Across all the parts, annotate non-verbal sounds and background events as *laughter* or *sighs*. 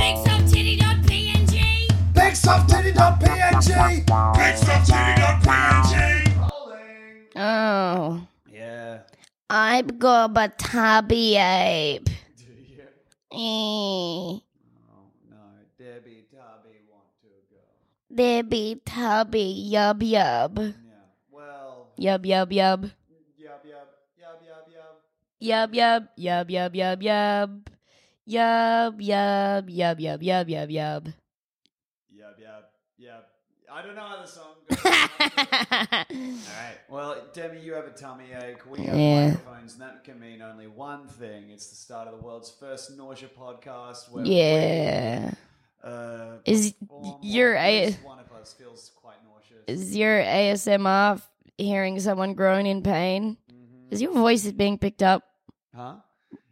BigSoftTitty.png BigSoftTitty.png BigSoftTitty.png Oh. Yeah. I've got a tabby *laughs* ape. Eh, Oh, Debbie, Tubby want to go. there be tabby. Yub yub. Yeah. Well, Yub yub yub. yub, yub, yub, yub, Yub yub. yub. Yub yub yub yub. Yub yub yub yub yub yub *laughs* yub. Yub, yub, yub. I don't know how the *laughs* song goes. All right. Well, Debbie, you have a tummy ache. We have Yeah. microphones, and that can mean only one thing. It's the start of the world's first nausea podcast. Where yeah. We, uh, Is perform your what a- at least one of us feels quite nauseous. Is your ASMR f- hearing someone groan in pain? Is your voice being picked up? Huh?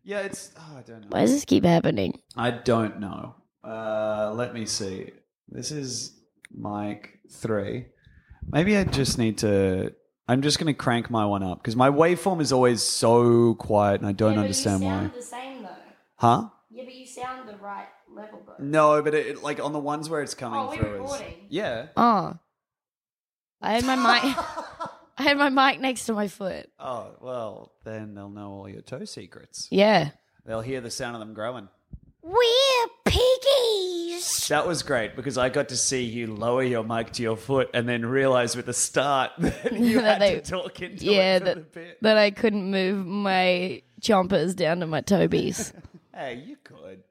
Yeah, it's. Oh, I don't know. Why does this keep happening? I don't know. Uh, let me see. This is mic three. Maybe I just need to. I'm just going to crank my one up because my waveform is always so quiet, and I don't understand why. the same though. Huh? Yeah, but you sound the right level though. No, but it, it- like on the ones where it's coming Oh, we're through. is- recording. yeah. Oh. I had my *laughs* mic I had my mic next to my foot. Oh well, then they'll know all your toe secrets. Yeah. They'll hear the sound of them growing. We're piggies. That was great because I got to see you lower your mic to your foot and then realize with a start *laughs* that you had That to they- talk into Yeah, it for that, the bit. that I couldn't move my chompers down to my tobies. Hey, you could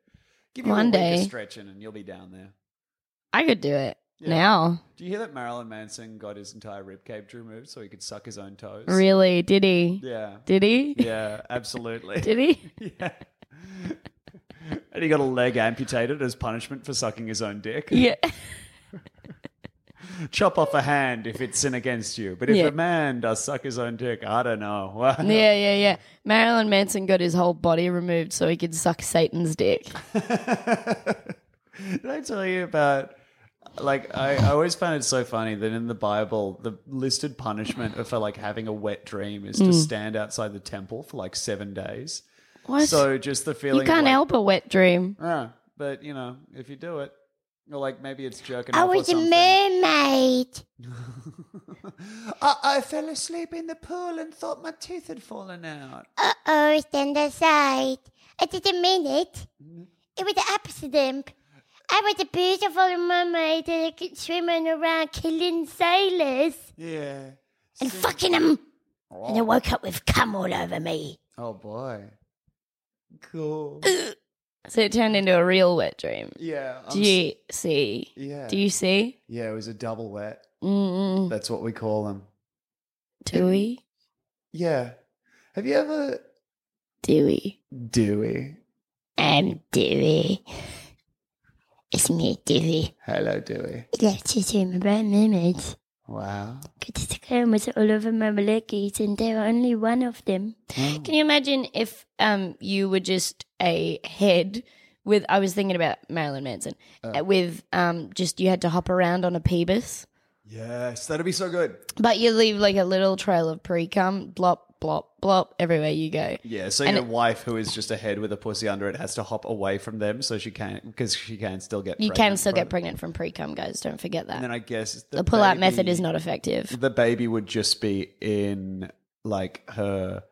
give you One a day day. stretching and you'll be down there. I could do it Yeah. now. Do you hear that Marilyn Manson got his entire ribcage removed so he could suck his own toes? Really? Did he? Yeah. *laughs* Did he? Yeah, absolutely. Did he? *laughs* Yeah. and he got a leg amputated as punishment for sucking his own dick. Yeah. Chop off a hand if it's sin against you. But if Yeah. a man does suck his own dick, I don't know. *laughs* Well, Yeah, yeah, yeah. Marilyn Manson got his whole body removed so he could suck Satan's dick. Did I tell you about? Like I, I always find it so funny that in the Bible, the listed punishment for like having a wet dream is Mm. to stand outside the temple for like seven days. What? So just the feeling you of, can't like, help a wet dream. "Ah," but you know, if you do it, or like maybe it's jerking. I Oh, off was or a something. mermaid. I, I fell asleep in the pool and thought my teeth had fallen out. Uh oh, stand aside. I didn't mean it. It was an accident. I was a beautiful mermaid that could swimming around killing sailors Yeah. and fucking them. And I woke up with cum all over me. Oh boy. Cool. So it turned into a real wet dream. yeah. I'm Uh. Do you see? Yeah. Do you see? Yeah, it was a double wet. Mm-mm. That's what we call them. Dewey? Yeah. Have you ever Dewey. Dewey? I'm Dewey. It's me, Dewey. Hello, Dewey. Let's just dream about mermaids. Wow. Because the cum was all over my leggies and there were only one of them. Can you imagine if um you were just a head with I was thinking about Marilyn Manson uh, with um just you had to hop around on a pebis Yes, that'd be so good. But you leave like a little trail of pre cum, blop, blop, blop, everywhere you go. Yeah, so your wife who is just a head with a pussy under it has to hop away from them so she can't because she can still get You pregnant can still get from- pregnant from pre cum, guys. Don't forget that. And then I guess the pull out method baby- is not effective. the baby would just be in like her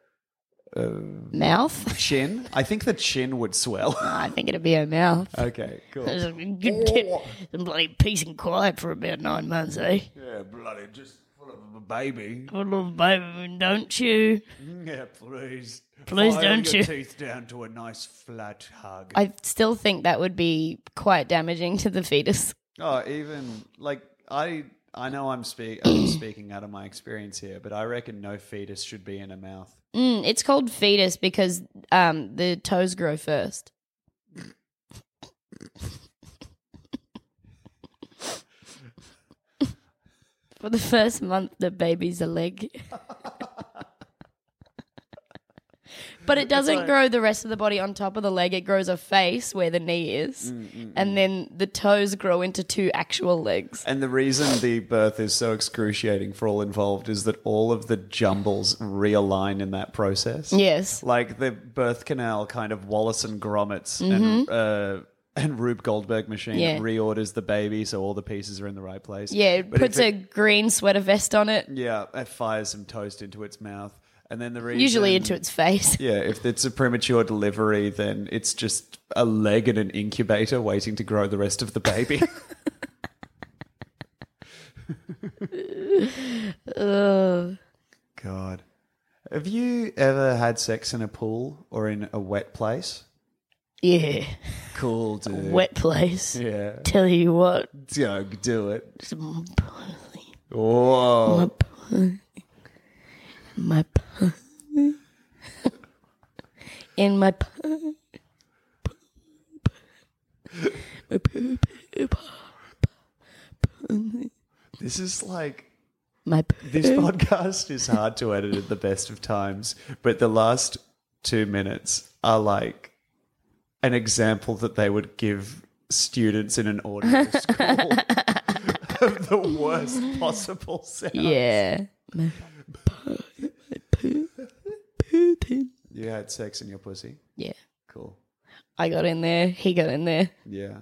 Mouth? chin. I think the chin would swell. *laughs* I think it'd be her mouth. okay, cool. *laughs* You'd get some bloody peace and quiet for about nine months, eh? Yeah, bloody just full of a baby. Good little baby, don't you? Mm, Yeah, please. Please don't you. teeth down to a nice flat hug. I still think that would be quite damaging to the fetus. Oh, even like I I know I'm speak I'm *clears throat* speaking out of my experience here, but I reckon no fetus should be in a mouth. Mm, it's called fetus because um, the toes grow first. For the first month, the baby's a leg. but it doesn't grow the rest of the body on top of the leg. It grows a face where the knee is. Mm, And then the toes grow into two actual legs. And the reason the birth is so excruciating for all involved is that all of the jumbles realign in that process. Yes. Like the birth canal kind of Wallace and Gromit's and uh and Rube Goldberg machine Mm-hmm. Yeah. reorders the baby so all the pieces are in the right place. Yeah, it But if puts a it- green sweater vest on it, Yeah, it fires some toast into its mouth. And then the reason usually into its face. *laughs* Yeah, if it's a premature delivery, then it's just a leg in an incubator waiting to grow the rest of *laughs* the baby. *laughs* God. Have you ever had sex in a pool or in a wet place? Yeah, Cool, dude. wet place. Yeah. Tell you what, Doug, do it. it's my pussy, my Whoa. pussy, my pussy, in my pussy, my poo poo poo, This is like. my poo. This podcast is hard to edit at the best of times, but the last two minutes are like an example that they would give students in an audio *laughs* school *laughs* of the worst possible sound. Yeah, my poo, my poo, poo poo. You had sex in your pussy. Yeah, Cool. I got in there. He got in there, Yeah.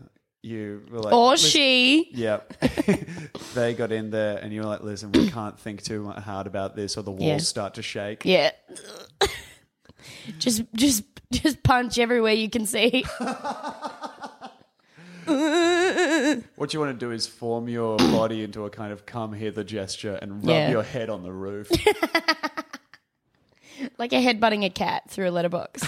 You were like, or "Listen-" she. Yeah. *laughs* they got in there and you were like, listen, we can't think too hard about this or the walls Yeah. start to shake. Yeah. just just just punch everywhere you can see. What you want to do is form your body into a kind of come hither gesture and rub Yeah. your head on *laughs* the roof. like a headbutting a cat through a *laughs* letterbox.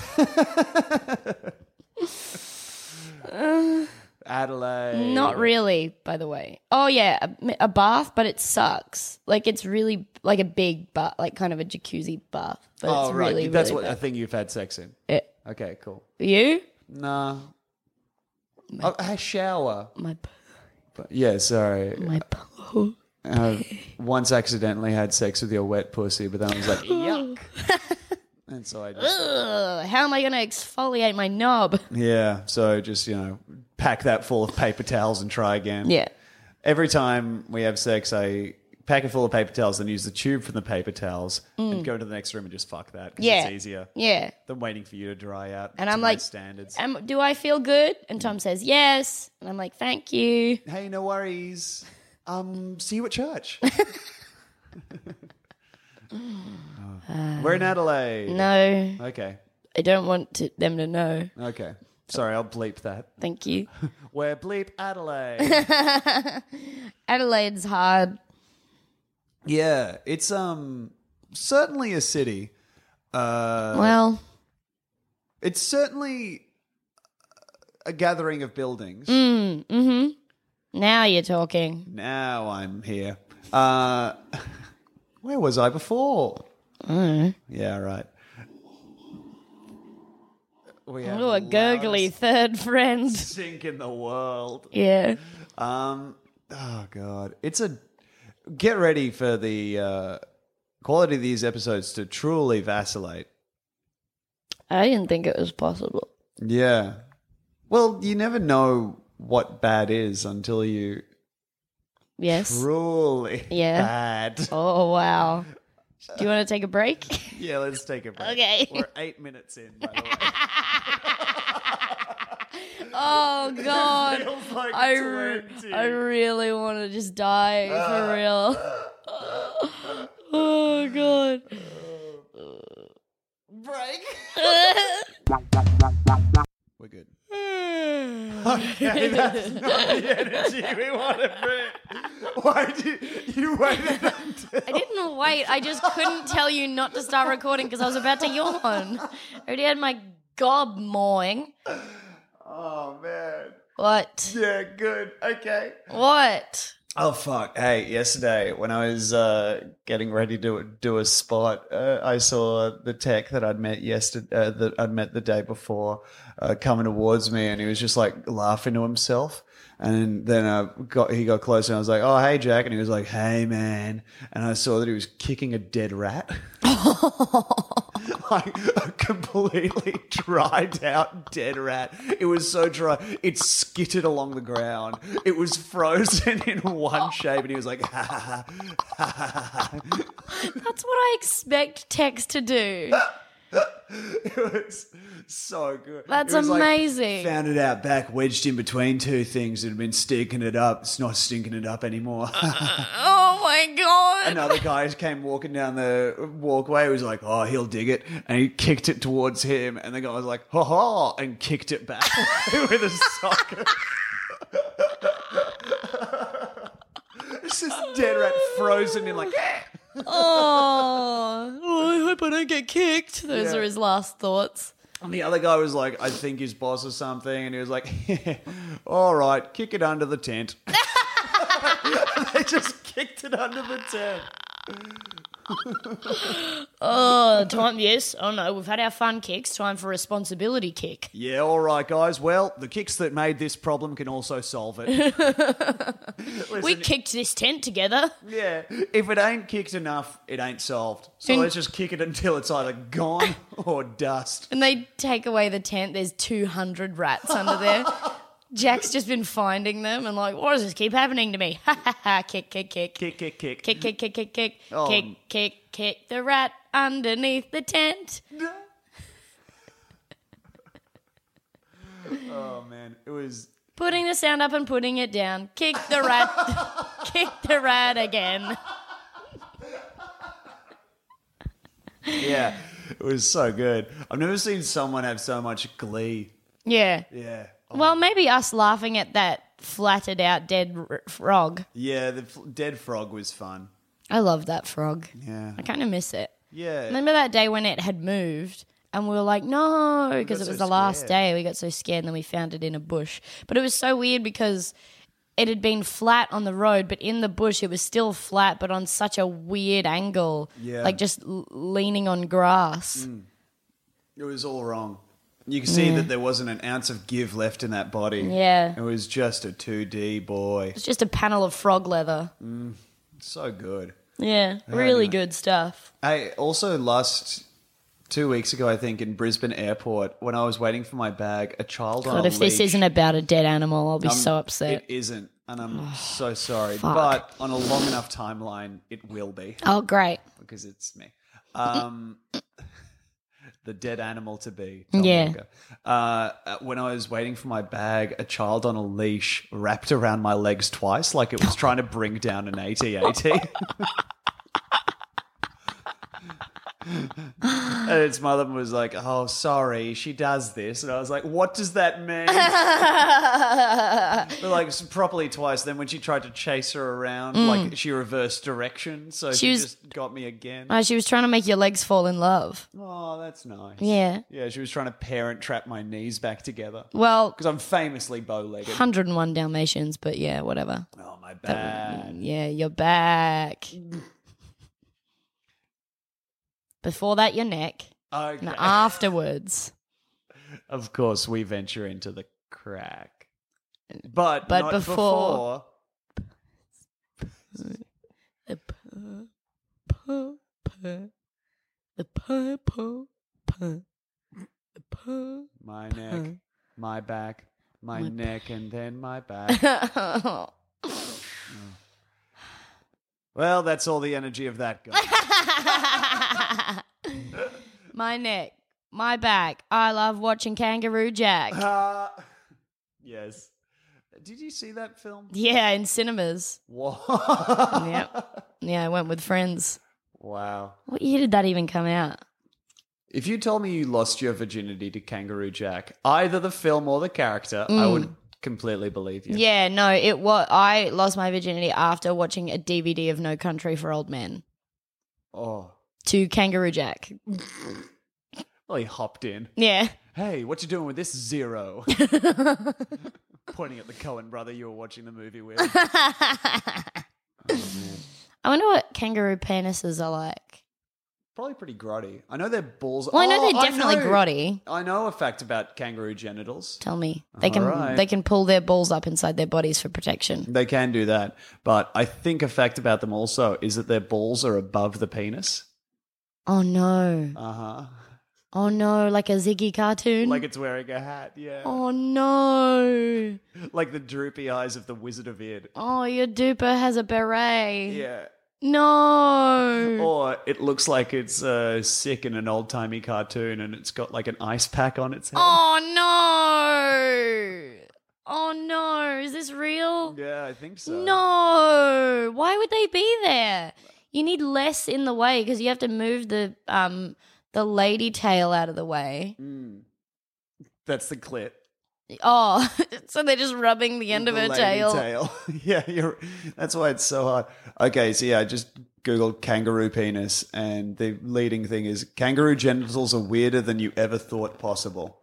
Adelaide. Not really, by the way. Oh yeah, a, a bath, but it sucks. Like it's really like a big bath, like kind of a jacuzzi bath, but Oh, it's right. really That's really what I bad. think you've had sex in. It- Okay, cool. you *laughs* Nah. Oh, a shower. my p- But yeah, sorry. my p- I once accidentally had sex with your wet pussy, but then I *laughs* was like, yuck. and so I just, Ugh, how am I going to exfoliate my *laughs* knob? yeah, so just, you know, pack that full of paper towels and try again. Yeah. every time we have sex, I pack it full of paper towels and use the tube from the paper towels and go to the next room and just fuck that. 'cause Mm. Yeah. it's easier Yeah. than waiting for you to dry out. And to I'm my like- standards. Um, do I feel good? And Tom says, "Yes." And I'm like, "Thank you." hey, no worries. Um, see you at *laughs* church. *laughs* We're in Adelaide. No. Okay. I don't want to, them to know. Okay. Sorry, I'll bleep that. Thank you. *laughs* We're bleep Adelaide. Adelaide's hard. yeah, it's um certainly a city. Uh, well, It's certainly a gathering of buildings. Mm. mm-hmm. now you're talking. Now I'm here. Uh, *laughs* where was I before? Mm. Yeah, right. We have Oh, a the gurgly loudest third *laughs* friend. *laughs* sink in the world. Yeah. Um, oh god, it's a get ready for the uh, quality of these episodes to truly vacillate. I didn't think it was possible. Yeah. Well, you never know what bad is until you Yes. Truly Yeah. bad. Oh wow. Do you want to take a break? *laughs* Yeah, let's take a break. Okay. We're eight minutes in, by the way. *laughs* Oh god. Feels like I, re- 20. I really want to just die for real. oh god. We're good. *laughs* okay, that's not the energy we want to bring. Why did you, you waited *laughs* until I didn't wait. I just couldn't tell you not to start recording because I was about to yawn. I already had my gob mawing. Oh man. What? Yeah, good. Okay. What? Oh fuck! Hey, yesterday when I was uh, getting ready to do a spot, uh, I saw the tech that I'd met yesterday, uh, that I'd met the day before, uh, coming towards me, and he was just like laughing to himself. And then uh, got he got close, and I was like, "Oh, hey, Jack," and he was like, "Hey, man," and I saw that he was kicking a dead rat, *laughs* like a completely dried out dead rat. It was so dry, it skittered along the ground. It was frozen in one shape, and he was like, "Ha ha ha, ha ha ha." That's what I expect text to do. It was so good. That's It was like, amazing. found it out back, wedged in between two things that had been stinking it up. It's not stinking it up anymore. *laughs* Oh my god. Another guy came walking down the walkway. He was like, "Oh, he'll dig it," and he kicked it towards him. And the guy was like, "Ha ha!" and kicked it back *laughs* with a socket. it's just dead rat frozen in like. *laughs* Oh. oh, I hope I don't get kicked. Those Yeah. are his last thoughts. And the other guy was like, "I think his boss or something," and he was like, *laughs* "All right, kick it under the tent." *laughs* they just kicked it under the tent. Oh, time, yes. Oh no, we've had our fun kicks. Time for responsibility kick. Yeah, all right, guys. Well, the kicks that made this problem can also solve *laughs* it. We kicked this tent together. Yeah, if it ain't kicked enough, it ain't solved. So And- let's just kick it until it's either gone *laughs* or dust. And they take away the tent. There's 200 rats under there. *laughs* Jack's just been finding them and like, why does this keep happening to me? *laughs* Ha ha ha, kick, kick, kick. Kick, kick, kick. Kick, kick, kick, kick, kick. Oh. Kick, kick, kick the rat underneath the tent. Oh man, it was. Putting the sound up and putting it down. Kick the rat. *laughs* kick the rat again. Yeah, it was so good. I've never seen someone have so much glee. Yeah. Yeah, Oh, Well, maybe us laughing at that flattered out dead r- frog. yeah. The f- dead frog was fun. I love that frog. Yeah, I kind of miss it. yeah. Remember that day when it had moved and we were like, no, because it was so the last scared. day. We got so scared and then we found it in a bush. But it was so weird because it had been flat on the road, but in the bush it was still flat, but on such a weird angle. Yeah. Mm. Like just l- leaning on grass. It was all wrong. You can see that there wasn't an ounce of give left in that body. Yeah. it was just a two D boy. It's just a panel of frog leather. So good. Yeah. Really anyway. good stuff. I also last two weeks ago, I think, in Brisbane Airport, when I was waiting for my bag, a child on But a if this leash- isn't about a dead animal, I'll be Um, so upset. It isn't, and I'm so sorry. fuck. But on a long enough timeline, it will be oh, *laughs* great. because it's me. Um, *laughs* the dead animal to be. Tom Yeah. Walker. Uh, when I was waiting for my bag, a child on a leash wrapped around my legs twice, like it was trying to bring down an AT-AT. *laughs* and its mother was like, "Oh, sorry, she does this," and I was like, "What does *laughs* that mean?" but like s- properly twice. Then when she tried to chase her around, like she reversed direction, so she, Mm. was- just got me again. Oh, she was trying to make your legs fall in love. Oh, that's nice. Yeah. Yeah, she was trying to parent trap my knees back together. Well, Because I'm famously bow legged. 101 Dalmatians, but yeah, whatever. Oh, my bad. Yeah, you're back. Before that, your neck. Okay. *laughs* And afterwards. Of course, we venture into the crack. But, But not before- before. The pu- pu- pu- the purple pu- the pu- *laughs* my neck, my *laughs* back, my, neck, and then my back. oh, Well, that's all the energy of that guy. *laughs* my neck, my back. I love watching Kangaroo Jack. *laughs* uh, *laughs* yes. Did you see that film? yeah, in cinemas. Whoa. *laughs* Yep. yeah, I went with friends. Wow. What year did that even come out? If you told me you lost your virginity to Kangaroo Jack, either the film or the character, I would completely believe you. Mm. Yeah, no, it was. I lost my virginity after watching a DVD of No Country for Old Men Oh. to Kangaroo Jack. Well, he hopped in. *laughs* Yeah. Hey, what you doing with this *laughs* zero? *laughs* Pointing at the Cohen brother you were watching the movie with. *laughs* I wonder what kangaroo penises are like. Probably pretty grotty. I know their balls. Well, I know Oh, they're definitely know. grotty. I know a fact about kangaroo genitals. Tell me, they can Alright. they can pull their balls up inside their bodies for protection. They can do that, but I think a fact about them also is that their balls are above the penis. Oh no! Uh huh. Oh no! Like a Ziggy cartoon. Like it's wearing a hat. Yeah. oh no! Like the droopy eyes of the Wizard of Id. Oh, your duper has a beret. Yeah. Oh. No. Or it looks like it's uh, sick in an old timey cartoon, and it's got like an ice pack on its head. Oh no! Oh no! Is this real? Yeah, I think so. No! Why would they be there? You need less in the way because you have to move the um the lady tail out of the way. Hmm. That's the clit. Oh, *laughs* so they're just rubbing the end of The her lady tail. tail. *laughs* yeah, you're, that's why it's so hard. Okay, so yeah, I just googled kangaroo penis, and the leading thing is kangaroo genitals are weirder than you ever thought possible.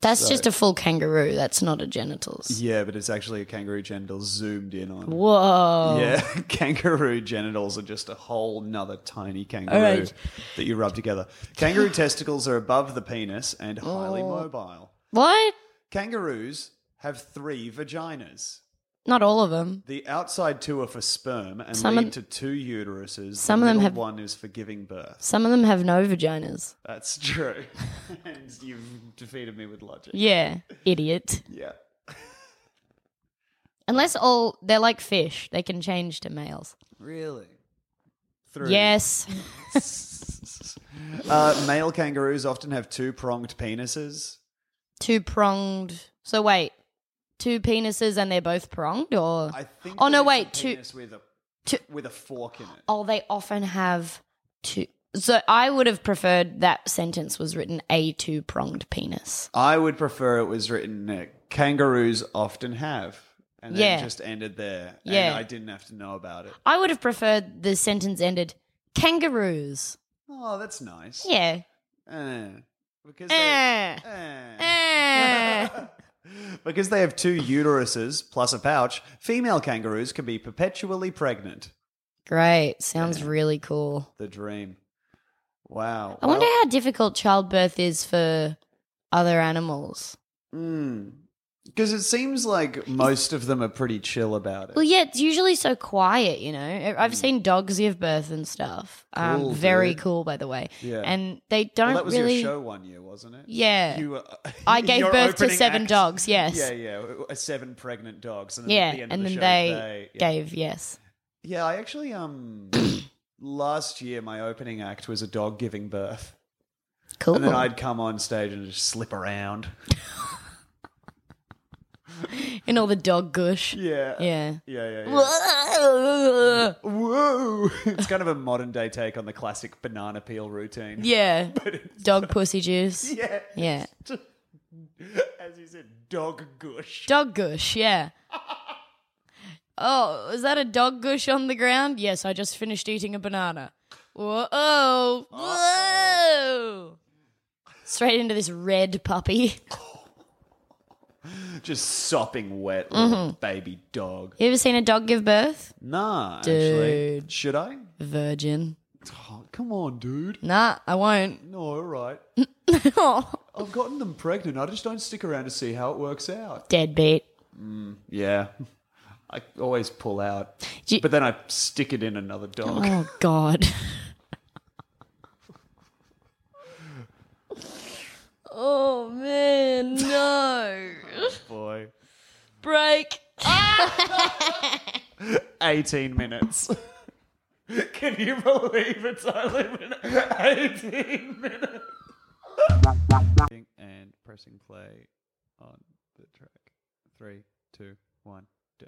That's just a full kangaroo. That's not a genitals. Yeah, but it's actually a kangaroo genital zoomed in on. Whoa. Yeah, *laughs* kangaroo genitals are just a whole nother tiny kangaroo right. that you rub together. *laughs* Kangaroo testicles are above the penis and highly Oh. mobile. What? Kangaroos have three vaginas. Not all of them. The outside two are for sperm and Some of- lead to two uteruses. some the of them middle have- one is for giving birth. Some of them have no vaginas. That's *laughs* true. *laughs* and you've defeated me with logic. Yeah, idiot. Yeah. Unless all they're like fish, they can change to males. Really? Three. Yes. Uh, male kangaroos often have two pronged penises. two pronged. So wait, two penises and they're both pronged, or I think. Oh, no, there is a wait, two- penis with a two- with a fork in it. oh, they often have two. So I would have preferred that sentence was written a two pronged penis. I would prefer it was written uh, kangaroos often have, and then Yeah. just ended there. Yeah. and I didn't have to know about it. I would have preferred the sentence ended kangaroos. Oh, that's nice. Yeah. Eh. because Eh. they, eh. Eh. *laughs* because they have two uteruses plus a pouch. Female kangaroos can be perpetually pregnant. *laughs* Great. Sounds really cool. The dream. Wow. I wonder Well, how difficult childbirth is for other animals. Because hmm. it seems like most of them are pretty chill about it. Well, yeah, it's usually so quiet, you know. I- I've seen dogs give birth and stuff. Um, Hmm. Cool, very dude. cool, by the way. Yeah. And they Well, don't that was really. your show one year, wasn't it? Yeah. You were, *laughs* I gave your birth to opening seven act- dogs, yes. Yeah, yeah. uh, Seven pregnant dogs. And then yeah, At the end and of then the show, they, yeah. gave yes. Yeah, I *coughs* actually um last year my opening act was a dog giving birth. Cool. And *laughs* then I'd come on stage and just slip around. *laughs* And all the dog gush. Yeah. Yeah. Yeah, yeah, *laughs* yeah. *laughs* Whoa! It's kind of a modern day take on the classic banana peel routine. yeah. Dog pussy juice. *laughs* Yeah. Yeah. As you said, dog gush. Dog gush. *laughs* Yeah. Oh, is that a dog gush on the ground? Yes, I just finished eating a banana. Whoa. Whoa. Straight into this red puppy. Just sopping wet Mm-hmm. little baby dog. You ever seen a dog give birth? Nah, actually. Dude. Should I? Virgin. Oh, come on, dude. Nah, I won't. No, all right. oh, I've gotten them pregnant. I just don't stick around to see how it works out. deadbeat. Yeah. *laughs* I always pull out. You- But then I stick it in another dog. Oh *laughs* God. oh man, no. Boy. Break. 18 minutes. *laughs* Can you believe it's only been 18 *laughs* minutes? And pressing play on the track. Three, two, one, do.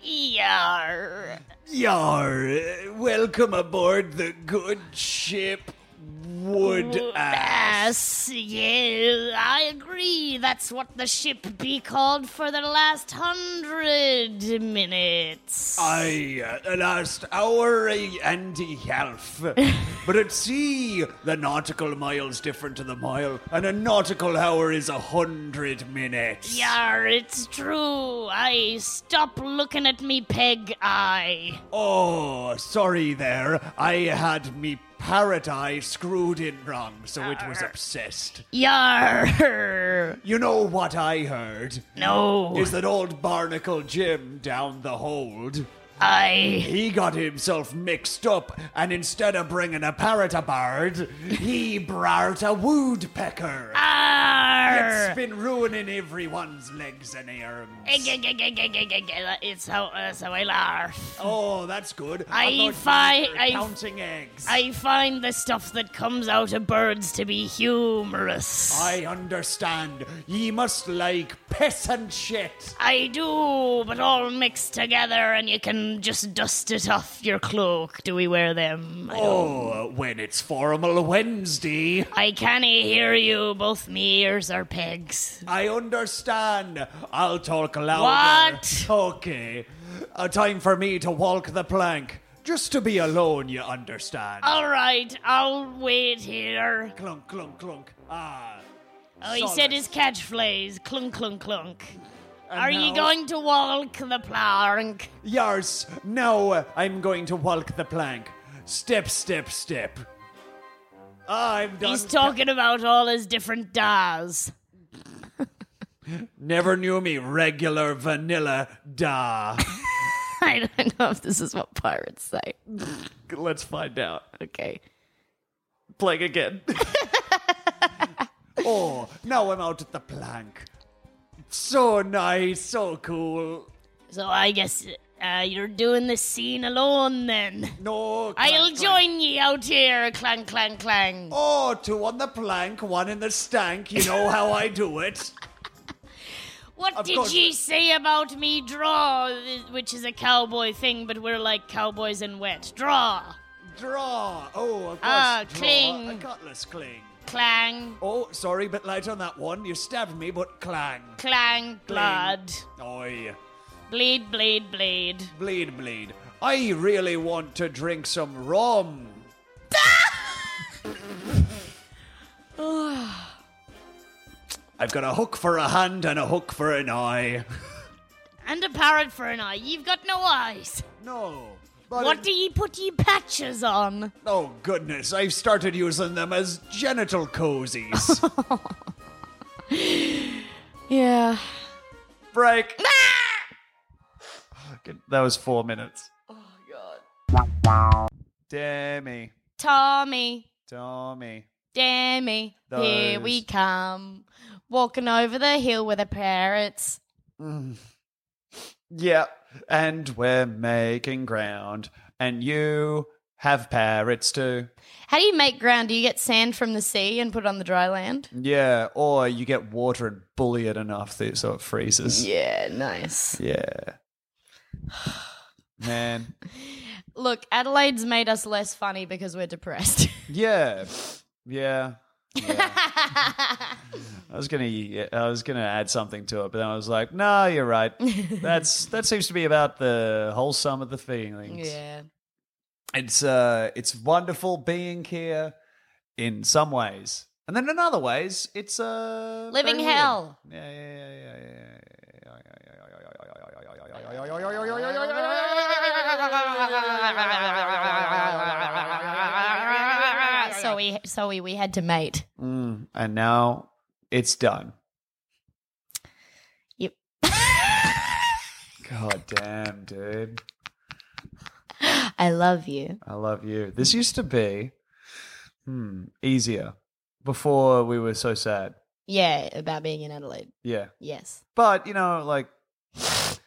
Yar. Yar, uh, welcome aboard the good ship Wood Ass. Yes, yeah, I agree. That's what the ship be called for the last hundred minutes. I uh, last hour uh, and a half. but at sea, the nautical mile's different to the mile, and a nautical hour is a hundred minutes. Yar, it's true. I stop looking at me peg eye. Oh, sorry there. I had me parrot eye screwed in wrong, so it was obsessed. Yar. *laughs* You know what I heard? No, Is that old barnacle Jim down the hold? I. He got himself mixed up, and instead of bringing a parrot a bird, he brought a woodpecker. It's Arr. been ruining everyone's legs and arms. It's how uh, so I laugh. Oh, that's good. I thought you fi- were I- counting eggs. I find the stuff that comes out of birds to be humorous. I understand. Ye must like piss and shit. I do, but all mixed together, and you can just dust it off your cloak. Do we wear them? I, Oh, when it's formal Wednesday. I can't hear you. Both me ears are pegs. I understand. I'll talk louder. What? Okay. A time for me to walk the plank. Just to be alone, you understand. All right, I'll wait here. Clunk, clunk, clunk. Ah. Oh, he said his catchphrase: clunk, clunk, clunk. And Are now- you going to walk the plank? Yars, now I'm going to walk the plank. Step, step, step. I'm done. He's talking about all his different das. *laughs* Never knew me regular vanilla da. I don't know if this is what pirates say. *laughs* Let's find out. Okay. Playing again. *laughs* oh, now I'm out at the plank. So nice, so cool. So I guess uh, you're doing this scene alone then. No, I'll clank, clank. join ye out here, clang, clang, clang. Oh, two on the plank, one in the stank. You know how I *laughs* do it. what of did course. ye say about me draw, which is a cowboy thing, but we're like cowboys in wet. Draw, Draw. Oh, of course. Ah, draw. cling. A cutlass cling. clang, Oh, sorry, bit light on that one. You stabbed me, but clang. clang, blood, Oi. bleed, bleed, bleed. Bleed, bleed. I really want to drink some *sighs* rum. I've got a hook for a hand and a hook for an eye. And a parrot for an eye. You've got no eyes. No. But What it- do ye put ye patches on? Oh, goodness. I've started using them as genital cozies. Yeah. *laughs* Break. that was four minutes. Oh, God. Demi. Tommy, Tommy. Demi, here Those- we come. Walking over the hill with the parrots. Yeah, and we're making ground, and you have parrots too. How do you make ground? Do you get sand from the sea and put it on the dry land? Yeah, or you get water and bully it enough that so it freezes. Yeah, nice. *sighs* Yeah. Man. Look, Adelaide's made us less funny because we're depressed. Yeah. Yeah. *laughs* I was gonna, I was gonna add something to it, but then I was like, "No, *laughs* you're right. That's that seems to be about the whole sum of the feelings." yeah. it's uh it's wonderful being here in some ways and then in other ways it's uh Living very weird. hell. yeah yeah yeah yeah yeah So we, so we, we had to mate. Mm, and now it's done Yep. god damn dude I love you. i love you this used to be hmm easier before we were so sad Yeah, about being in Adelaide. yeah Yes. but you know *sighs* like fuck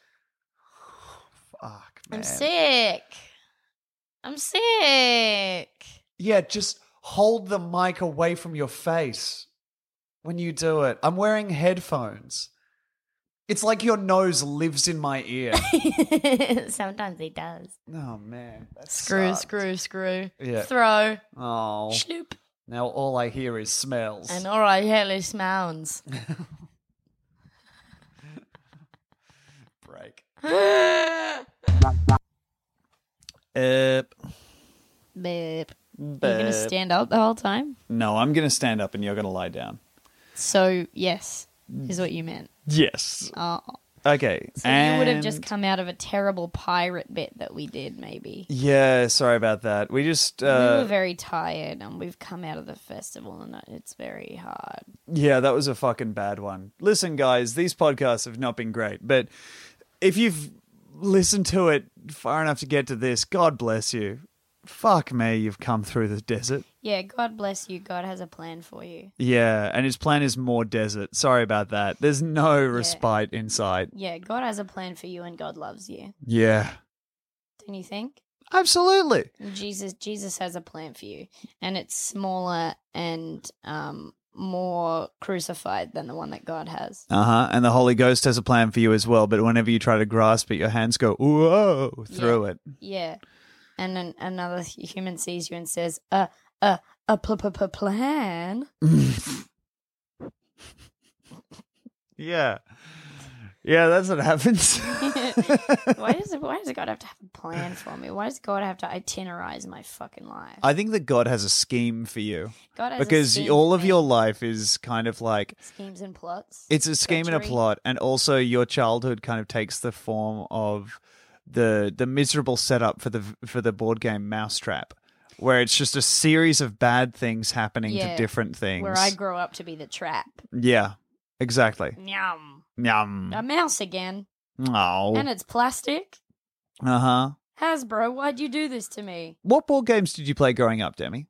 man I'm sick. I'm *laughs* sick. Yeah, just hold the mic away from your face when you do it. I'm wearing headphones. It's like your nose lives in my *laughs* ear. Sometimes it does. oh man, that *laughs* Screw, sucked. screw, screw. Yeah. Throw. Oh, Schnoop. now all I hear is smells. And all right, hellish mounds. *laughs* *laughs* Break. Uh, Beep. Are you gonna stand up the whole time? No, I'm gonna stand up and you're gonna lie down. So yes, is what you meant. Yes. Oh, Okay. so you would have just come out of a terrible pirate bit that we did, maybe. Yeah, sorry about that. We just we uh, were very tired, and we've come out of the festival, and it's very hard. Yeah, that was a fucking bad one. Listen, guys, these podcasts have not been great, but if you've listened to it far enough to get to this, God bless you. Fuck me, you've come through the desert. Yeah, God bless you. God has a plan for you. Yeah, and his plan is more desert. Sorry about that. There's no respite in sight. Yeah, God has a plan for you, and God loves you. Yeah. Don't you think? Absolutely. Jesus Jesus has a plan for you, and it's smaller and um more crucified than the one that God has. Uh huh. And the Holy Ghost has a plan for you as well, but whenever you try to grasp it, your hands go, whoa, through it. Yeah, and then another human sees you and says, "Uh, uh, a pl- pl- pl- plan." Yeah. Yeah, that's what happens. *laughs* *laughs* Why does it, Why does God have to have a plan for me? Why does God have to itinerize my fucking life? I think that God has a scheme for you. God has a because scheme all for of me. your life is kind of like schemes and plots. it's a scheme and a Treachery. plot and also your childhood kind of takes the form of the the miserable setup for the for the board game mousetrap where it's just a series of bad things happening Yeah, to different things where I grow up to be the trap. yeah exactly Yum, yum a mouse again, and oh it's plastic. uh-huh Hasbro, why'd you do this to me? what board games did you play growing up demi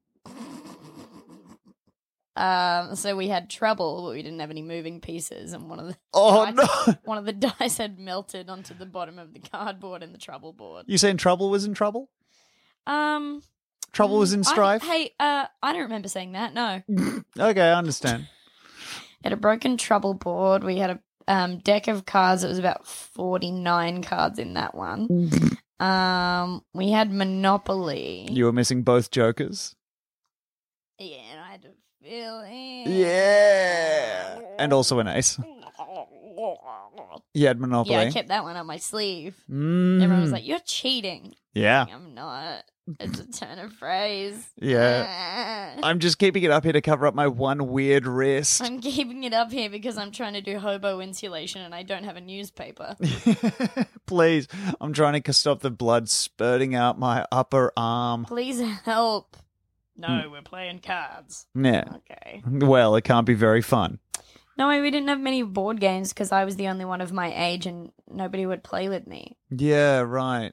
Um, so we had trouble, but we didn't have any moving pieces, and one of the oh dice, *laughs* no one of the *laughs* dice had melted onto the bottom of the cardboard in the trouble board. you saying trouble was in trouble Um, mm, trouble was in I- strife hey, uh, I don't remember saying that. No, okay i understand had a broken trouble board. We had a um, deck of cards. It was about forty nine cards in that *laughs* one. um, we had Monopoly. you were missing both jokers yeah, and I had to fill in. Yeah. And also an ace. You had Monopoly. Yeah, I kept that one on my sleeve. Mm. Everyone was like, "You're cheating." Yeah. I'm not. It's a turn of phrase. *laughs* Ah. Yeah. I'm just keeping it up here to cover up my one weird wrist. *laughs* I'm keeping it up here because I'm trying to do hobo insulation and I don't have a newspaper. *laughs* Please. I'm trying to stop the blood spurting out my upper arm. Please help. Hmm. No, we're playing cards. Yeah. Okay. Well, it can't be very fun. No, we didn't have many board games because I was the only one of my age and nobody would play with me. Yeah, right.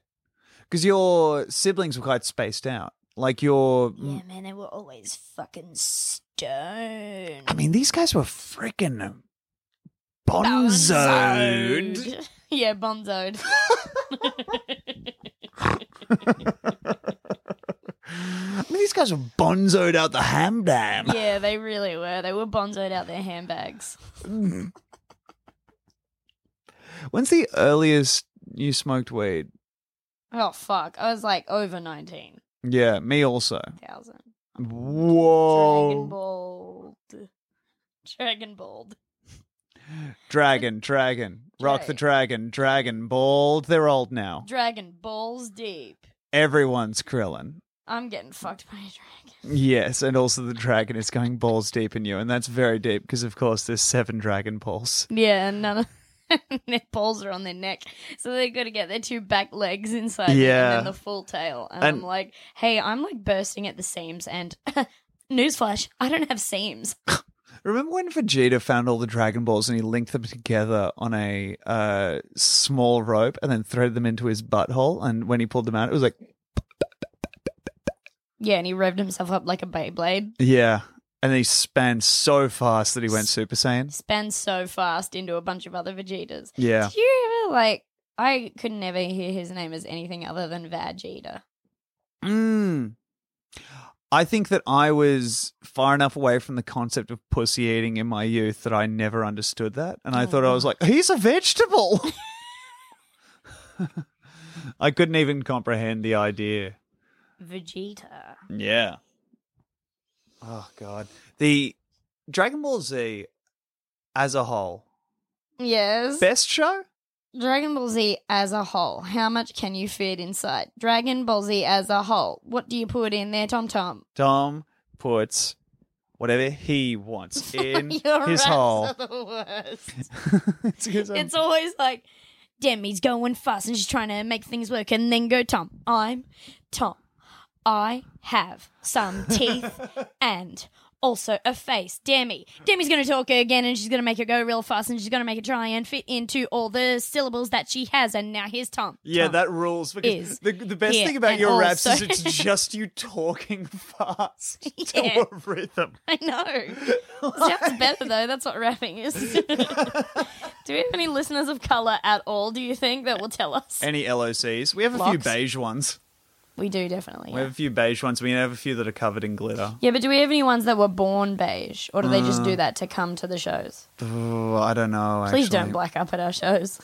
Because your siblings were quite spaced out. Like your. Yeah, man, they were always fucking stoned. I mean, these guys were freaking bonzoed. *laughs* yeah, bonzoed. I mean, these guys were bonzoed out the ham dam. yeah, they really were. They were bonzoed out their handbags. When's the earliest you smoked weed? Oh fuck! I was like over nineteen Yeah, me also. thousand. Dragon Whoa. Ball. Dragon Ball. Dragon, dragon. Rock the dragon, dragon. Bald. They're old now. Dragon Balls Deep. Everyone's Krillin. I'm getting fucked by a dragon. Yes, and also the dragon is going balls deep in you, and that's very deep because, of course, there's seven dragon balls. Yeah, and none of *laughs* their balls are on their neck, so they got to get their two back legs inside them Yeah. and then the full tail. And, And- I'm like, hey, I'm like bursting at the seams, and *laughs* newsflash, I don't have seams. Remember when Vegeta found all the Dragon Balls and he linked them together on a uh, small rope and then threaded them into his butthole? And when he pulled them out, it was like, Yeah, and he revved himself up like a Beyblade. yeah. And then he span so fast that he went Super Saiyan. Span so fast into a bunch of other Vegetas. Yeah. Do you ever like? I could never hear his name as anything other than Vegeta. Mm. I think that I was far enough away from the concept of pussy eating in my youth that I never understood that. And I thought I was like, he's a vegetable. *laughs* I couldn't even comprehend the idea. Vegeta. Yeah. Oh, God. The Dragon Ball Z as a whole, Yes. best show? Dragon Ball Z as a whole. How much can you fit inside? Dragon Ball Z as a whole. What do you put in there, Tom Tom? *laughs* Tom puts whatever *laughs* he wants in Your his raps hole. are *laughs* the worst. *laughs* It's 'cause I'm- It's always like Demi's going fast and she's trying to make things work, and then go Tom. I'm Tom. I have *laughs* some teeth and also a face. Demi. Demi's going to talk again, and she's going to make it go real fast, and she's going to make it try and fit into all the syllables that she has. And now here's Tom. Yeah, Tom. that rules because is the, the best here thing about and your raps is also- *laughs* it's just you talking *laughs* fast Yeah. to a rhythm. *laughs* I know. Sounds better though. That's what rapping is. *laughs* Do we have any listeners of color at all? Do you think that will tell us? Any LOCs? We have a few Locks. beige ones. We do definitely. We have a few beige ones. We have a few that are covered in glitter. Yeah, but do we have any ones that were born beige, or do they just Mm. do that to come to the shows? Oh, I don't know. Please actually. don't black up at our *laughs* shows.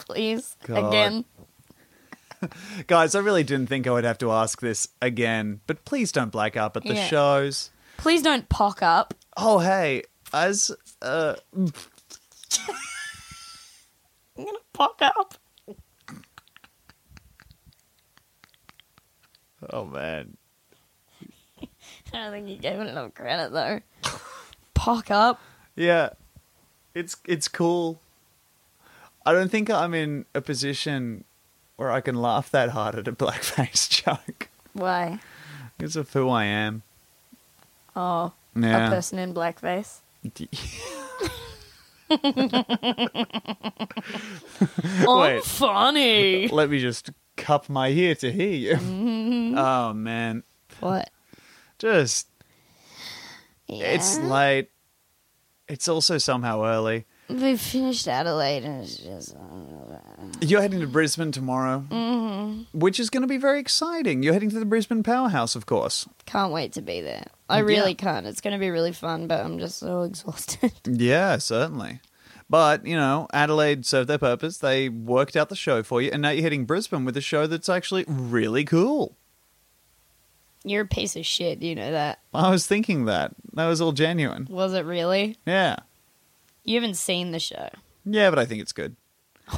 Please, God. again. Guys, I really didn't think I would have to ask this again, but please don't black up at the Yeah. shows. Please don't pock up. Oh, hey, as uh, I'm gonna pock up. *laughs* oh man, I don't think you gave it enough credit though. pock up. Yeah. It's it's cool. I don't think I'm in a position where I can laugh that hard at a *laughs* blackface joke Why? because of who I am. Oh, a Yeah. person in blackface. *laughs* Wait. Funny. Let me just cup my ear to hear you. oh man. What? Just it's late. It's also somehow early. We finished Adelaide and it's just. You're heading to Brisbane tomorrow, mm-hmm. which is going to be very exciting. You're heading to the Brisbane Powerhouse, of course. Can't wait to be there. I really can't. It's going to be really fun, but I'm just so *laughs* exhausted. Yeah, certainly. But, you know, Adelaide served their purpose. They worked out the show for you. And now you're hitting Brisbane with a show that's actually really cool. You're a piece of shit. You know that. I was thinking that. That was all genuine. Was it really? Yeah. You haven't seen the show. Yeah, but I think it's good.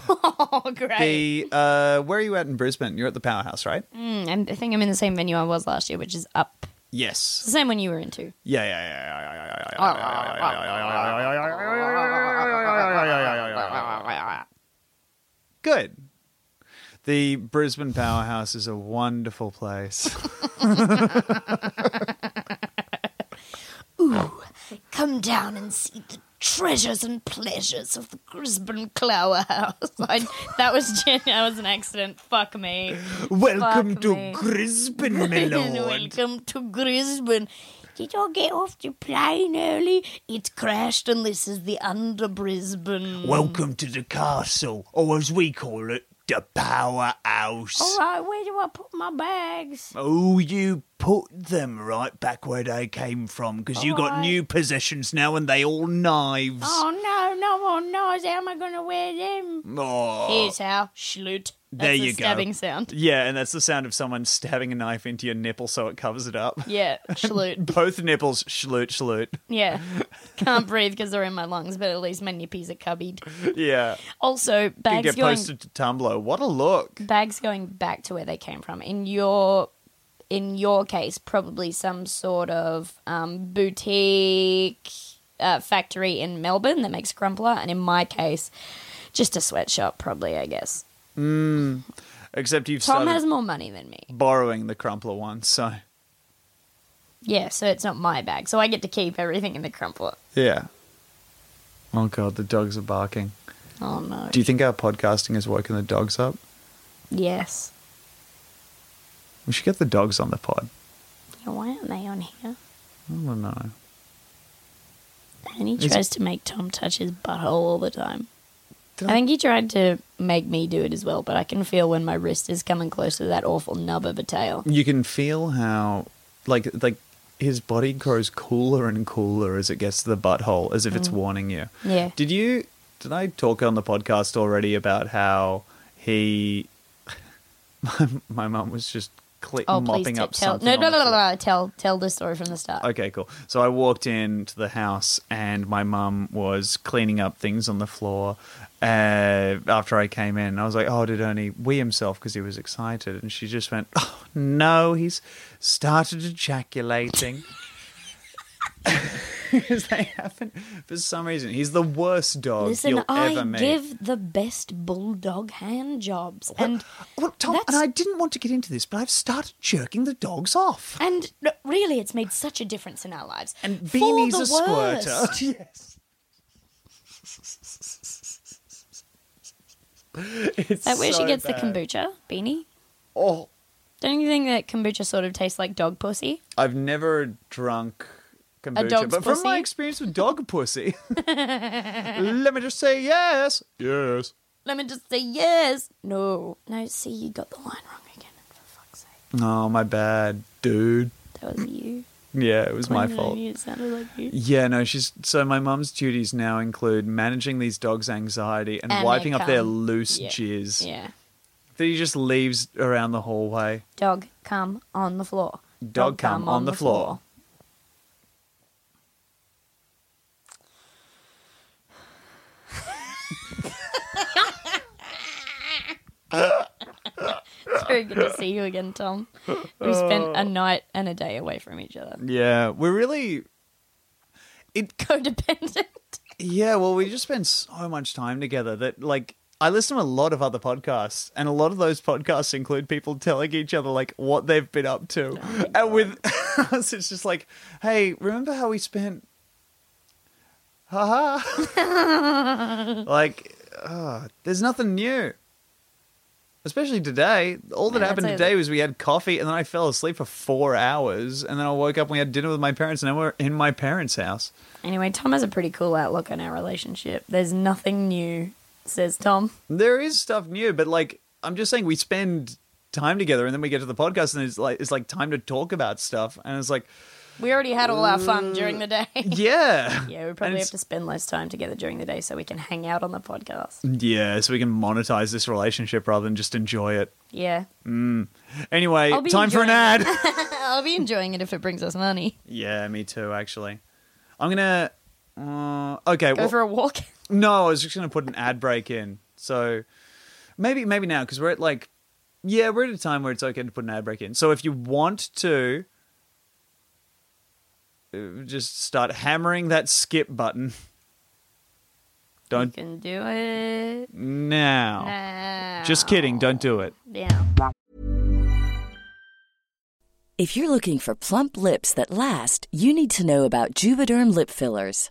*laughs* Oh, great. The uh where are you at in Brisbane? You're at the powerhouse, right? Mm, I'm- I think I'm in the same venue I was last year, which is up. It's Yes. the same one you were into. Yeah, yeah, yeah, yeah, yeah, yeah, yeah, yeah, yeah, yeah, yeah. Good. The Brisbane powerhouse is a wonderful place. Come down and see the treasures and pleasures of the Brisbane Clower House. *laughs* I, that was *laughs* gen- that was an accident. Fuck me. Welcome Fuck to me. Brisbane, my *laughs* lord. Welcome to Brisbane. Did you get off the plane early? It crashed, and this is the under Brisbane. Welcome to the castle, or as we call it, the powerhouse. Right, where do I put my bags? Oh, you put them right back where they came from, because you got new possessions now, and they all knives. Oh no, no one knows. How am I going to wear them? Oh. Here's how. Schloot. That's There a you go. stabbing sound. Yeah, and that's the sound of someone stabbing a knife into your nipple so it covers it up. Yeah, schloot. *laughs* Both nipples, schloot, schloot. Yeah. Can't breathe because they're in my lungs, but at least my nippies are cubbied. Yeah, Also, you bags get going posted to Tumblr. What a look! bags going back to where they came from. In your in your case, probably some sort of um, boutique uh, factory in Melbourne that makes crumpler, and in my case, just a sweatshop, probably. I guess Except you've Tom started has more money than me. borrowing the crumpler one, so Yeah, so it's not my bag, so I get to keep everything in the crumpler. yeah. Oh god, the dogs are barking. Oh no. Do you think our podcasting is woken the dogs up? yes. We should get the dogs on the pod. Yeah, why aren't they on here? I don't know. And he tries to make Tom touch his butthole all the time. I think he tried to make me do it as well, but I can feel when my wrist is coming close to that awful nub of a tail. You can feel how, like, like his body grows cooler and cooler as it gets to the butthole, as if it's warning you. Mm. Yeah. Did you? Did I talk on the podcast already about how he? *laughs* my my mum was just click, Oh, please mopping t- up tell. something. No, on no, the no, no, floor. no, Tell, tell the story from the start. Okay, cool. So I walked into the house and my mum was cleaning up things on the floor uh, after I came in. I was like, oh, did Ernie wee himself because he was excited? And she just went, oh, no, he's started ejaculating. *laughs* Because they haven't, for some reason, he's the worst dog Listen, you'll ever I meet. give the best bulldog hand jobs, and well, Tom, and that's- I didn't want to get into this, but I've started jerking the dogs off. and no, really, it's made such a difference in our lives. And For Beanie's the a squirter. *laughs* worst. yes. It's That where she so gets bad. the kombucha beanie. Oh, Don't you think that kombucha sort of tastes like dog pussy? I've never drunk kombucha, dog's but from my pussy? experience with *laughs* dog pussy, let me just say yes, yes. Let me just say yes. No, no. See, you got the line wrong again. For fuck's sake, Oh, my bad, dude. that was you. Yeah, it was my When I fault. knew It sounded like you. Yeah, no, she's so my mum's duties now include managing these dogs' anxiety and, And they wiping up their come. loose Yeah. jizz Yeah. that he just leaves around the hallway. Dog come on the floor. Dog, come on the floor. *laughs* it's very good to see you again, Tom. We spent Uh. a night and a day away from each other. Yeah, we're really Codependent. Yeah, well, we just spend so much time together that, like, I listen to a lot of other podcasts, and a lot of those podcasts include people telling each other, like, what they've been up to. Oh and with us, it's just like, hey, remember how we spent. Haha. *laughs* like, uh, there's nothing new. Especially today. All that Yeah, happened that's today it. was we had coffee, and then I fell asleep for four hours, and then I woke up and we had dinner with my parents, and then we're in my parents' house. Anyway, Tom has a pretty cool outlook on our relationship. There's nothing new, says Tom. There is stuff new, but like I'm just saying, we spend time together, and then we get to the podcast, and it's like it's like time to talk about stuff, and *laughs* it's like, We already had all our fun during the day. Yeah, yeah, we And probably have it's- to spend less time together during the day so we can hang out on the podcast. Mm. yeah, so we can monetize this relationship rather than just enjoy it. Yeah. Anyway, I'll be time for an ad. *laughs* enjoying I'll be enjoying it if it brings us money. yeah, me too. Actually, I'm gonna. Uh, okay, Go well, for a walk. no, I was just gonna put an ad break in. So maybe maybe now because we're at like, yeah, we're at a time where it's okay to put an ad break in. So if you want to. uh, just start hammering that skip button. You *laughs* Don't can do it. now. Just kidding, don't do it. Yeah. If you're looking for plump lips that last, you need to know about Juvederm lip fillers.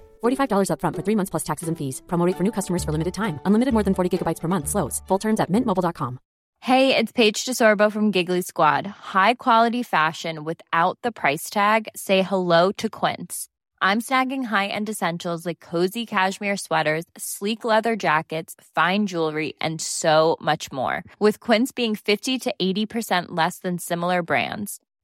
$45 upfront for three months plus taxes and fees. Promo rate for new customers for limited time. Unlimited more than 40 gigabytes per month. Slows. Full terms at mintmobile.com. Hey, it's Paige DeSorbo from Giggly Squad. High quality fashion without the price tag. Say hello to Quince. I'm snagging high-end essentials like cozy cashmere sweaters, sleek leather jackets, fine jewelry, and so much more. With Quince being 50 to 80% less than similar brands.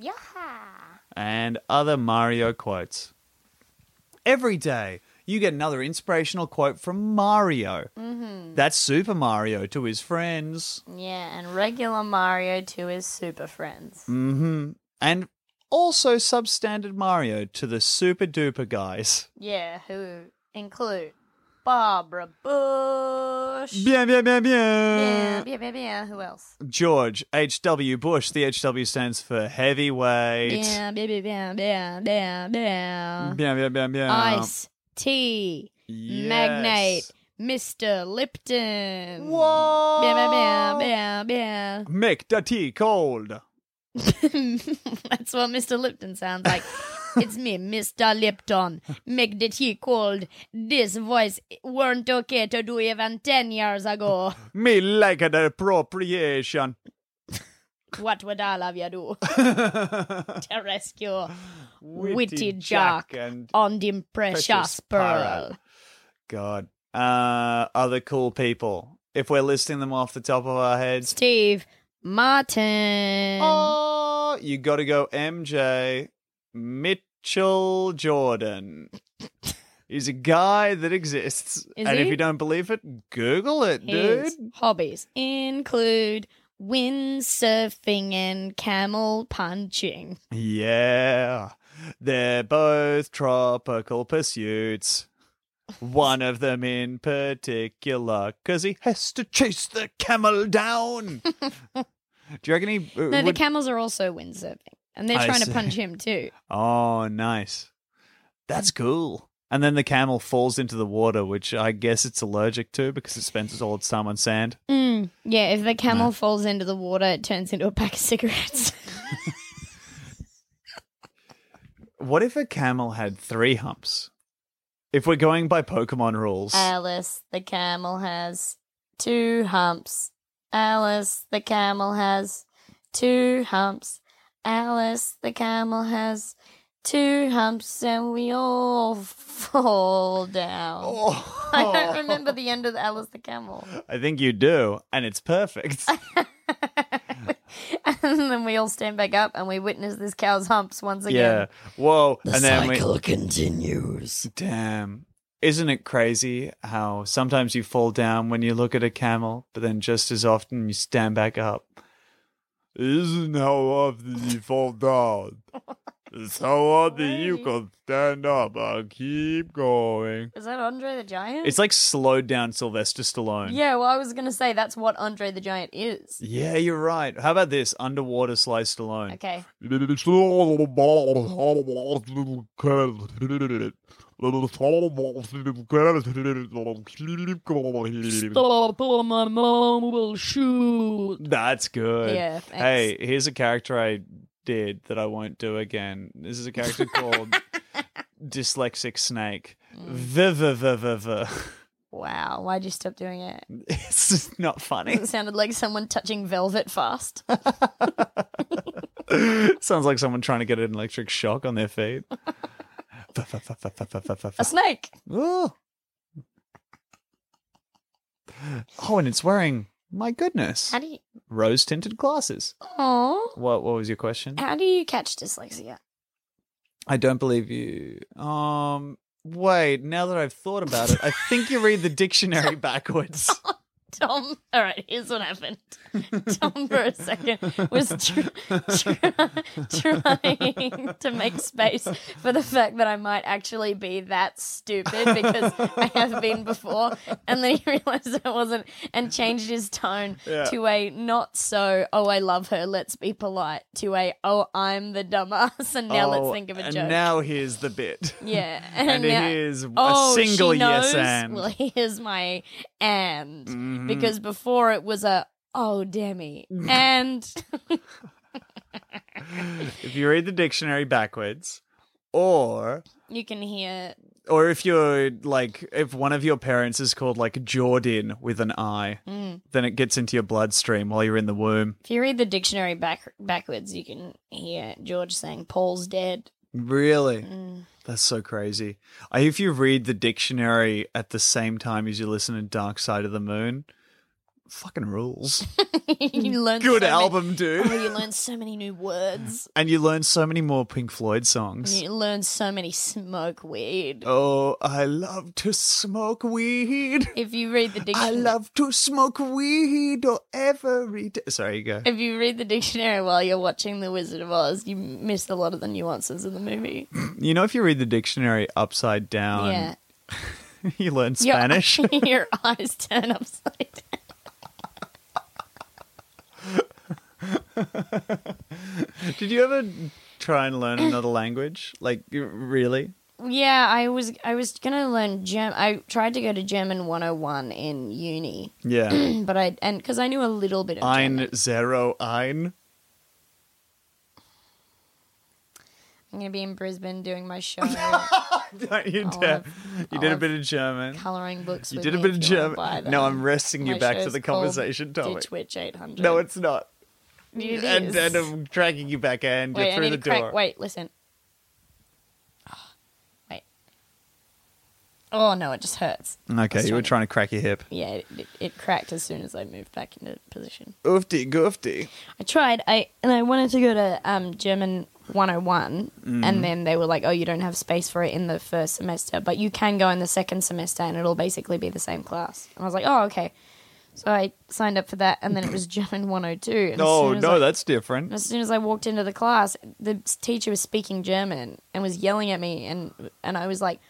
Yaha. and other Mario quotes. Every day, you get another inspirational quote from Mario. Mm-hmm. That's Super Mario to his friends. Yeah, and regular Mario 2 is super friends. hmm And also substandard Mario to the super duper guys. Yeah, who include Barbara Bush. Bien, bien, bien, Yeah, bien. yeah, yeah, yeah. Who else? George H.W. Bush. The H.W. stands for heavyweight. Bam, bam, bam, bam, bam, bam. Bien, bien, bien, bien. Ice tea magnate, Mr. Lipton. Whoa! Bam, bam, bam, bam, Make the tea cold. bam. *laughs* That's what Mr. Lipton sounds like. it's me, Mr. Lipton. Make that he called. This voice weren't okay to do even 10 years ago. Me like an appropriation. *laughs* What would all of you do to rescue Witty Witty, Jack Jack, Oh. and on the precious precious pearl? God. Uh, other cool people. If we're listing them off the top of our heads, Steve Martin. Oh, you got to go MJ Mitchell *laughs* Jordan. He's a guy that exists. Is and if he? you don't believe it, Google it, His dude. hobbies include windsurfing and camel punching. Yeah. They're both tropical pursuits. One of them in particular, because he has to chase the *laughs* camel down. Do you reckon he. uh, No, the would- camels are also windsurfing, and they're I trying see. to punch him too. Oh, nice. That's cool. And then the camel falls into the water, which I guess it's allergic to because it spends all its time on sand. Mm, yeah, if the camel falls into the water, it turns into a pack of cigarettes. *laughs* What if a camel had three humps? If we're going by Pokemon rules, Uh, *laughs* Alice the camel has two humps. Alice the camel has two humps. Alice the camel has two humps, and we all fall down. I don't remember the end of Alice the camel. *laughs* I think you do, and *laughs* it's perfect. and then we all stand back up and we witness this cow's humps once yeah. again. Whoa. The and then cycle we... continues. Damn. Isn't it crazy how sometimes you fall down when you look at a camel, but then just as often you stand back up? Isn't how often you fall down. It's how often you can stand up and keep going. Is that Andre the Giant? It's like slowed down Sylvester Stallone. Yeah, well, I was going to say that's what Andre the Giant is. Yeah, you're right. How about this? Underwater Sly Stallone. Okay. shoot. That's good. Yeah, thanks. Hey, here's a character I did that I won't do again. This is a *laughs* character called Dyslexic Snake. Mm. V v v v v. *laughs* Wow, why'd you stop doing it? It's just not *laughs* funny. It sounded like someone touching velvet fast. Sounds like someone trying to get an electric shock on *laughs* their feet. V- v- v- v- v- v- v- A snake. Oh. Oh, and it's wearing my goodness. How do you? Rose tinted glasses. Oh, What what was your question? how do you catch dyslexia? I don't believe you. *laughs* Um wait, now that I've thought about it, I think you read the dictionary backwards. Tom. All right, here's what happened. Tom, for a second, was tr- tr- trying to make space for the fact that I might actually be that stupid because I have been before. And then he realized I wasn't and changed his tone Yeah. to a not so, oh, I love her, let's be polite, to a, oh, I'm the dumbass, and now Oh, let's think of a and joke. now here's the bit. Yeah, And it now- is a oh, single she yes knows? *laughs* and. Well, here's my and Mhm. because before it was a oh *laughs* Demi and *laughs* if you read the dictionary backwards, or you can hear or if you're like if one of your parents is called like Jordan with an I, Mm. then it gets into your bloodstream while you're in the womb. if you read the dictionary back backwards, you can hear George saying Paul's dead. *laughs* Really? Mm. That's so crazy. I, if you read the dictionary at the same time as you listen to Dark Side of the Moon, *laughs* fucking rules. *laughs* you learn Good so many- album, dude. Oh, you learn so many new *laughs* words. and you learn so many more Pink Floyd And songs. you learn so many smoke weed. Oh, I love to smoke weed. If you read the I dictionary, love to smoke weed or every day. Sorry, you go. If you read the dictionary while you're watching The Wizard of Oz, you missed a lot of the nuances in the movie. You know, if you read the dictionary upside down, yeah. *laughs* you learn Your- *laughs* Spanish. Your, eyes turn upside down. Did you ever try and learn another language? Like, you- really? Yeah, I was I was gonna learn German. I tried to go to German 101 in uni. *clears throat* Yeah. but I and because I knew a little bit of Ein, zero, ein. *laughs* I'm gonna be in Brisbane doing my show. Don't *laughs* you I'll dare. have- You I'll did a have bit of German. Coloring books. You with did a me bit if of you wanna buy German. them. No, I'm wresting you My back to show's the called conversation topic. Ditchwitch 800. No, it's not. It and, is. and I'm dragging you back and Wait, you're I through need the to crack- door. Wait, listen. Ah, Wait. Oh no, it just hurts. Okay, you were trying to crack your hip. Yeah, it, it, it cracked as soon as I moved back into position. Oofty goofty. I tried. I and I wanted to go to um, German 101, Mhm. and then they were like, "Oh, you don't have space for it in the first semester, but you can go in the second semester, and it'll basically be the same class." And I was like, "Oh, okay." So I signed up for that, and then *clears throat* it was German 102. And as Oh, soon as no, I- that's and different. as soon as I walked into the class, the s- teacher was speaking German and was yelling at me, and and I was like,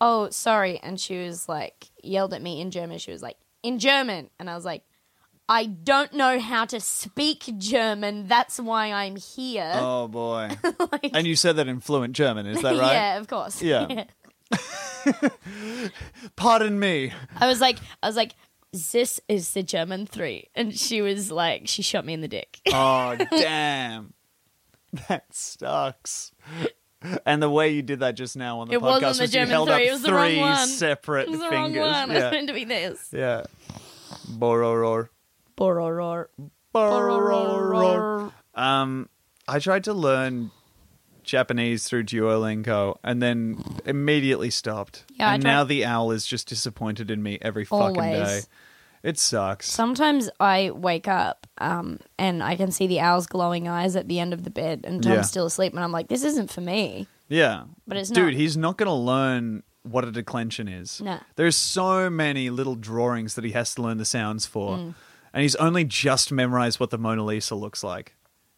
"Oh, sorry," and she was like yelled at me in German. She was like, "In German," and I was like, "I don't know how to speak German. That's why I'm here." *laughs* Oh, boy. and you said that in fluent German, is that *laughs* right? yeah, of course. Yeah. *laughs* Pardon me. I was like, I was like, "This is the German three. and she was like, she shot me in the dick. *laughs* Oh, damn. That sucks. And the way you did that just now on the It podcast wasn't the was German you held three, up it was the wrong three one. separate It was the wrong fingers. one. It was Yeah. meant to be this. yeah. Bororor. Bororor. Bororor. Um, I tried to learn Japanese through Duolingo and then immediately stopped. Yeah, I and tried- now the owl is just disappointed in me every fucking day. Always. It sucks. Sometimes I wake up um, and I can see the owl's glowing eyes at the end of the bed, and Tom's Yeah. still asleep, and I'm like, this isn't for me. Yeah. But it's Dude, not. he's not going to learn what a declension is. No. There's so many little drawings that he has to learn the sounds for. Mm. And he's only just memorized what the Mona Lisa looks like.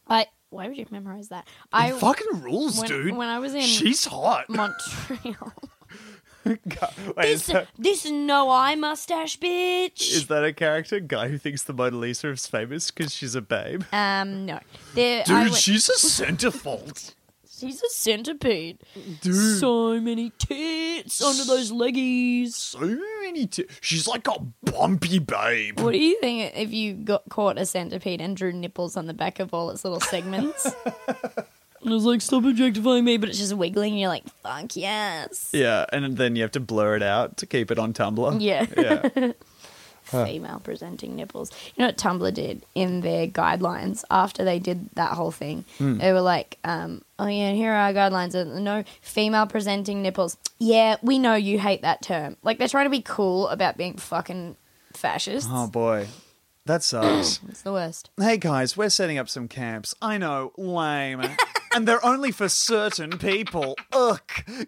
I why would you memorize that? I fucking rules, when, dude. When I was in She's hot. *laughs* Montreal, *laughs* Wait, is, that, this no eye mustache bitch. is that a character? Guy who thinks the Mona Lisa is famous because she's a babe? Um, no, there. Dude, I went- *laughs* she's a centerfold. she's a centipede. Dude. So many tits under those leggies. So many tits. She's like a bumpy babe. What do you think if you got caught a centipede and drew nipples on the back of all its little segments? *laughs* and it was like, stop objectifying me, but it's just wiggling, and you're like, fuck yes. Yeah, and then you have to blur it out to keep it on Tumblr. Yeah. Yeah. *laughs* Huh. Female presenting nipples. You know what Tumblr did in their guidelines after they did that whole thing? Hmm. They were like, um, oh yeah, here are our guidelines. Uh, No female presenting nipples. Yeah, we know you hate that term. Like, they're trying to be cool about being fucking fascists. Oh boy, that sucks. *clears throat* It's the worst. hey guys, we're setting up some camps. I know, *laughs* lame. and they're only for certain people. Ugh.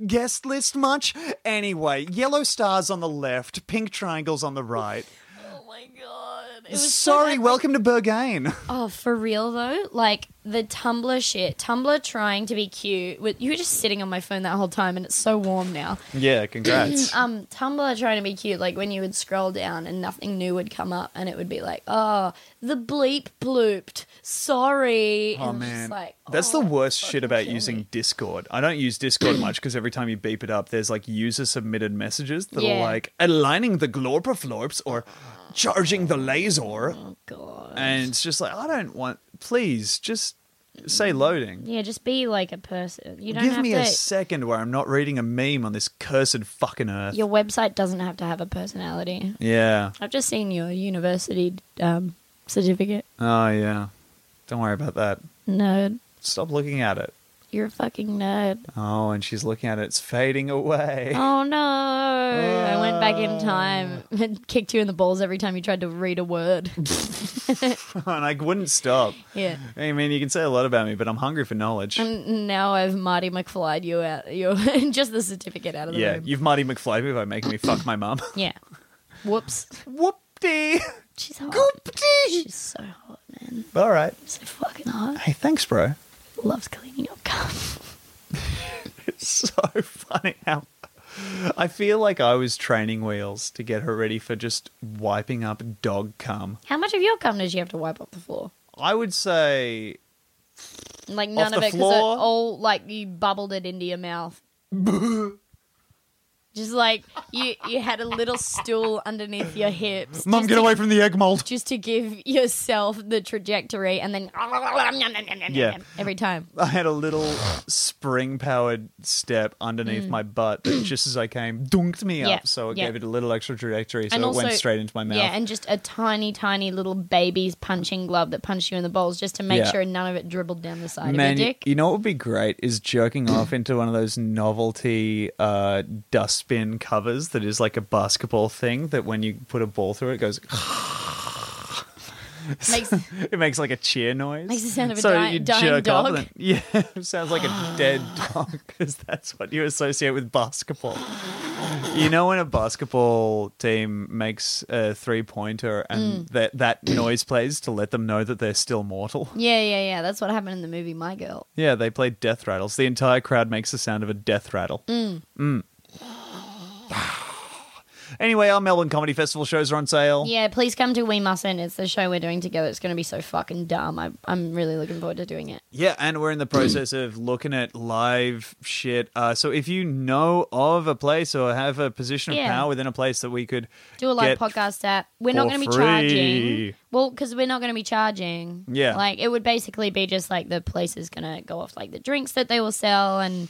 Guest list much? Anyway, yellow stars on the left, pink triangles on the right. Oh my god. It was so Sorry, welcome to *laughs* Burgain. Oh, for real though, like the Tumblr shit. Tumblr trying to be cute. With you were just sitting on my phone that whole time, and it's so warm now. Yeah, *clears throat* congrats. um, Tumblr trying to be cute. Like when you would scroll down and nothing new would come up, and it would be like, oh, the bleep blooped. Sorry. Oh and it's man, just like, oh, that's the worst shit about using Discord. I don't use Discord much because every time you beep it up, there's like user submitted messages that Yeah. are like aligning the glorpaflorps or charging the laser. Oh god! And it's just like I don't want. Please just say loading. yeah, just be like a person. You Mm. don't Give have me to. a second where I'm not reading a meme on this cursed fucking earth. your website doesn't have to have a personality. yeah. I've just seen your university um, certificate. Oh yeah. Don't worry about that. Nerd. Stop looking at it. You're a fucking nerd. Oh, and she's looking at it. It's fading away. Oh no! I went back Oh. in time and *laughs* kicked you in the balls every time you tried to read a *laughs* word. and I wouldn't stop. Yeah. I mean, you can say a lot about me, but I'm hungry for knowledge. and now I've Marty McFlyed you *laughs* out. Your just the certificate out of the yeah, room. you've Marty McFly me by making me fuck my mum. *laughs* Yeah. Whoops. Whoopty. She's hot. She's so hot, man. All right. So fucking hot. Hey, thanks, bro. Loves cleaning your cum. *laughs* It's so *laughs* funny how I feel like I was training wheels to get her ready for just wiping up dog cum. How much of your cum does she have to wipe off the floor? I would say Like none the of it, because floor? all like you bubbled it into your *laughs* mouth. Just like you, you had a little stool underneath your hips. Mum, just get to- away from the egg mold. Just to give *laughs* yourself the trajectory, and then *laughs* Yeah. every time. I had a little spring powered step underneath Mm. my butt that just as I came dunked me Yeah, up. So it yeah. gave it a little extra trajectory. So it went also- straight into my mouth. Yeah, and just a tiny, tiny little baby's punching glove that punched you in the balls just to make Yeah. sure none of it dribbled down the side Man, of you- your dick. you know what would be great is jerking off into one of those novelty uh, dustbin covers that is like a basketball thing that when you put a ball through it, it goes. *laughs* Makes- it makes like a cheer noise. Makes the sound of a so dying- you dying jerk off dog. and then- *laughs* yeah, it sounds like a *gasps* dead dog because that's what you associate with basketball. You know when a basketball team makes a three pointer and Mm. that that noise plays to let them know that they're still mortal. Yeah, yeah, yeah. That's what happened in the movie My Girl. Yeah, they play death rattles. The entire crowd makes the sound of a death rattle. Mm. Mm. *sighs* anyway, our Melbourne Comedy Festival shows are on sale. Yeah, please come to We Mustn't. It's the show we're doing together. It's going to be so fucking dumb. I, I'm really looking forward to doing it. Yeah, and we're in the process of looking at live shit. Uh, so if you know of a place or have a position of Yeah. power within a place that we could Do a live get- podcast at. We're not for going to be free. charging. Well, because we're not going to be charging. Yeah. Like, it would basically be just like the place is going to go off like the drinks that they will sell and,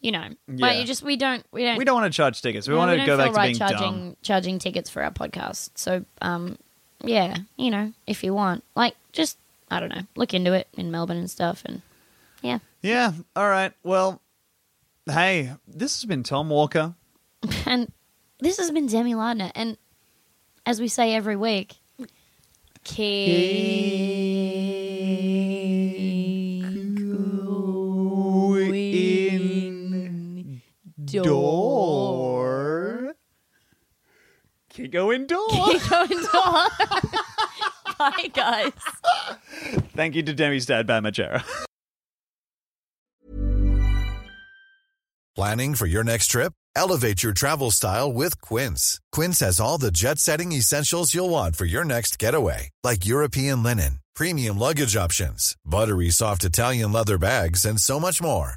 you know. Like, Yeah. you just, we don't, we don't. we don't want to charge tickets. We No, want to don't go feel back to right being charging dumb. charging tickets for our podcast. So, um, yeah, you know, if you want, like, just I don't know, look into it in Melbourne and stuff, and yeah, *laughs* Yeah. All right. Well, hey, this has been Tom Walker. and this has been Demi Lardner, and as we say every week, in door. Keep going door. *laughs* Bye, guys. Thank you to Demi's dad, Bam Majera. Planning for your next trip? Elevate your travel style with Quince. Quince has all the jet setting essentials you'll want for your next getaway, like European linen, premium luggage options, buttery soft Italian leather bags, and so much more.